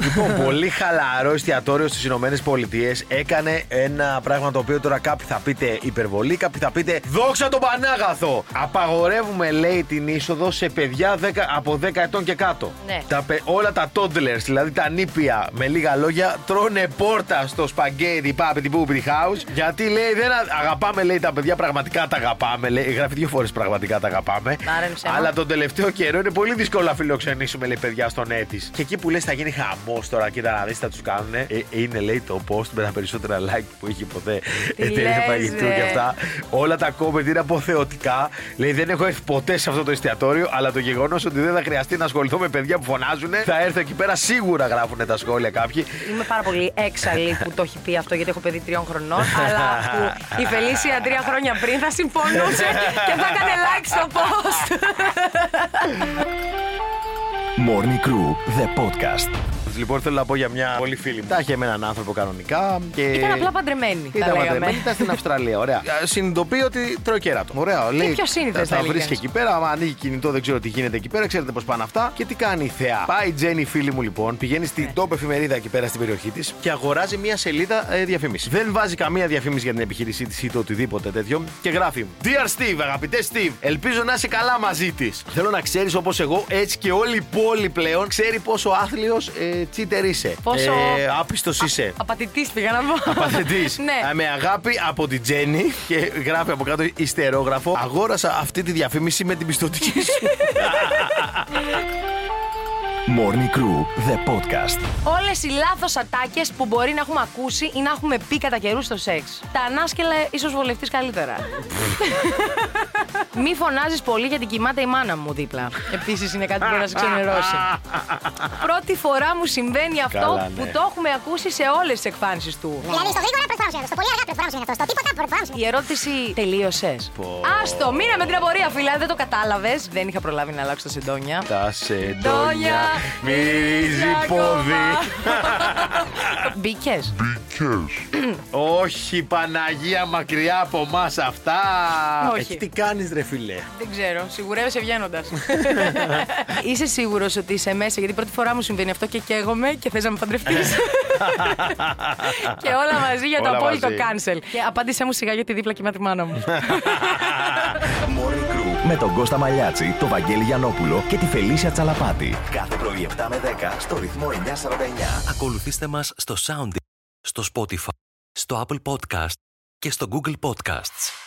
S3: λοιπόν, πολύ χαλαρό εστιατόριο στις Ηνωμένες Πολιτείες έκανε ένα πράγμα το οποίο τώρα κάποιοι θα πείτε υπερβολή, κάποιοι θα πείτε Δόξα τον Πανάγαθο! Απαγορεύουμε, λέει, την είσοδο σε παιδιά 10 από 10 ετών και κάτω.
S5: Ναι.
S3: Τα, πε- όλα τα toddlers, δηλαδή τα νήπια, με λίγα λόγια, τρώνε πόρτα στο σπαγκέτι πάπι την πούπι house. Γιατί λέει, δεν α- αγαπάμε, λέει, τα παιδιά πραγματικά τα αγαπάμε. Λέει, γράφει δύο φορές πραγματικά τα αγαπάμε.
S5: Άρα είναι ψέμα.
S3: Αλλά τον τελευταίο καιρό είναι πολύ δύσκολο να φιλοξενήσουμε λέει, παιδιά στον έτης. Και εκεί που λες θα γίνει χαμό τώρα, κοίτα να δεις, θα τους κάνουν. Ε, είναι λέει το post με τα περισσότερα like που έχει ποτέ
S5: Τι
S3: εταιρεία
S5: λες,
S3: φαγητού
S5: ρε.
S3: και αυτά. Όλα τα comment είναι αποθεωτικά. Λέει δεν έχω έρθει ποτέ σε αυτό το εστιατόριο, αλλά το γεγονός ότι δεν θα χρειαστεί να ασχοληθώ με παιδιά που φωνάζουν, θα έρθω εκεί πέρα σίγουρα γράφουν τα σχόλια κάποιοι.
S5: Είμαι πάρα πολύ έξαλλη που το έχει πει αυτό γιατί έχω παιδί τριών χρονών. αλλά που η Φελίσια τρία χρόνια πριν θα συμφωνούσε και θα έκανε like στο post.
S2: Morning Crew, the podcast.
S3: Λοιπόν θέλω να πω για μια πολύ φίλη μου. Τα είχε με έναν άνθρωπο κανονικά. Και...
S5: Ήταν απλά παντρεμένη.
S3: Ε, Ήταν
S5: τα λέγαμε.
S3: παντρεμένη, ήταν στην Αυστρalία. Ωραία. Ε, Συνειδητοποιεί ότι τρώει κέρατο. Ωραία. Λέει,
S5: πιο σύνηθες,
S3: Θα,
S5: θα
S3: θα
S5: έλεγες.
S3: βρίσκει εκεί πέρα. Άμα ανοίγει κινητό, δεν ξέρω τι γίνεται εκεί πέρα. Ξέρετε πώς πάνε αυτά. Και τι κάνει η Θεά. Πάει η Τζέννη, φίλη μου λοιπόν, πηγαίνει στην
S5: Ναι.
S3: τόπο εφημερίδα εκεί πέρα στην περιοχή της και αγοράζει μία σελίδα ε, διαφήμιση. Δεν βάζει καμία διαφήμιση για την επιχείρησή της ή το οτιδήποτε τέτοιο και γράφει Dear Steve, αγαπητέ Steve, ελπίζω να είσαι καλά μαζί της. Θέλω να ξέρεις όπως εγώ, έτσι και όλη η πόλη πλέον ξέρει πόσο άθλιος ε, τσίτερ είσαι.
S5: Πόσο-
S3: Ε, Άπιστος είσαι.
S5: Απατητής πήγα να πω.
S3: Παθητής. Ε,
S5: ναι.
S3: Με αγάπη από την Τζέννη και γράφει από κάτω ιστερόγραφο. Αγόρασα αυτή τη διαφήμιση με την πιστοτική σου.
S2: Morning Crew, the podcast.
S5: Όλες οι λάθος ατάκες που μπορεί να έχουμε ακούσει ή να έχουμε πει κατά καιρούς στο σεξ. Τα ανάσκελα ίσως βολευτείς καλύτερα. Μη φωνάζεις πολύ γιατί κοιμάται η μάνα μου δίπλα. Επίσης είναι κάτι που μπορεί να σε ξενερώσει. Πρώτη φορά μου συμβαίνει αυτό
S3: Καλά, ναι.
S5: που το έχουμε ακούσει σε όλες τις εκφάνσεις του.
S7: Δηλαδή στο γρήγορα προσφράμισε αυτό, στο πολύ αργά προσφράμισε αυτό, στο τίποτα προσφράμισε.
S5: Η ερώτηση τελείωσες. Άστο, μείνα με την απορία, φίλα. Δεν το κατάλαβες. Δεν είχα προλάβει να αλλάξω τα συντόνια.
S3: Τα σεντόνια μυρίζει πόδι.
S5: Μπήκε.
S3: Όχι, Παναγία, μακριά από εμάς αυτά.
S5: Όχι.
S3: Εκεί τι κάνεις, ρε φιλέ.
S5: Δεν ξέρω. Σιγουρεύεσαι βγαίνοντας. Είσαι σίγουρος ότι είσαι μέσα, γιατί πρώτη φορά μου συμβαίνει αυτό και καίγομαι και θες να με παντρευτείς. και όλα μαζί για το
S3: Όλα
S5: απόλυτο
S3: μαζί.
S5: cancel. Και απάντησέ μου σιγά γιατί δίπλα κοιμάται η μάνα μου.
S2: Morning Crew με τον Κώστα Μαλιάτση, τον Βαγγέλη Γιανόπουλο και τη Φελίσια Τσαλαπάτη. Κάθε πρωί 7 με 10 στο ρυθμό 949.
S8: Ακολουθήστε μας στο Sound, στο Spotify, στο Apple Podcast και στο Google Podcasts.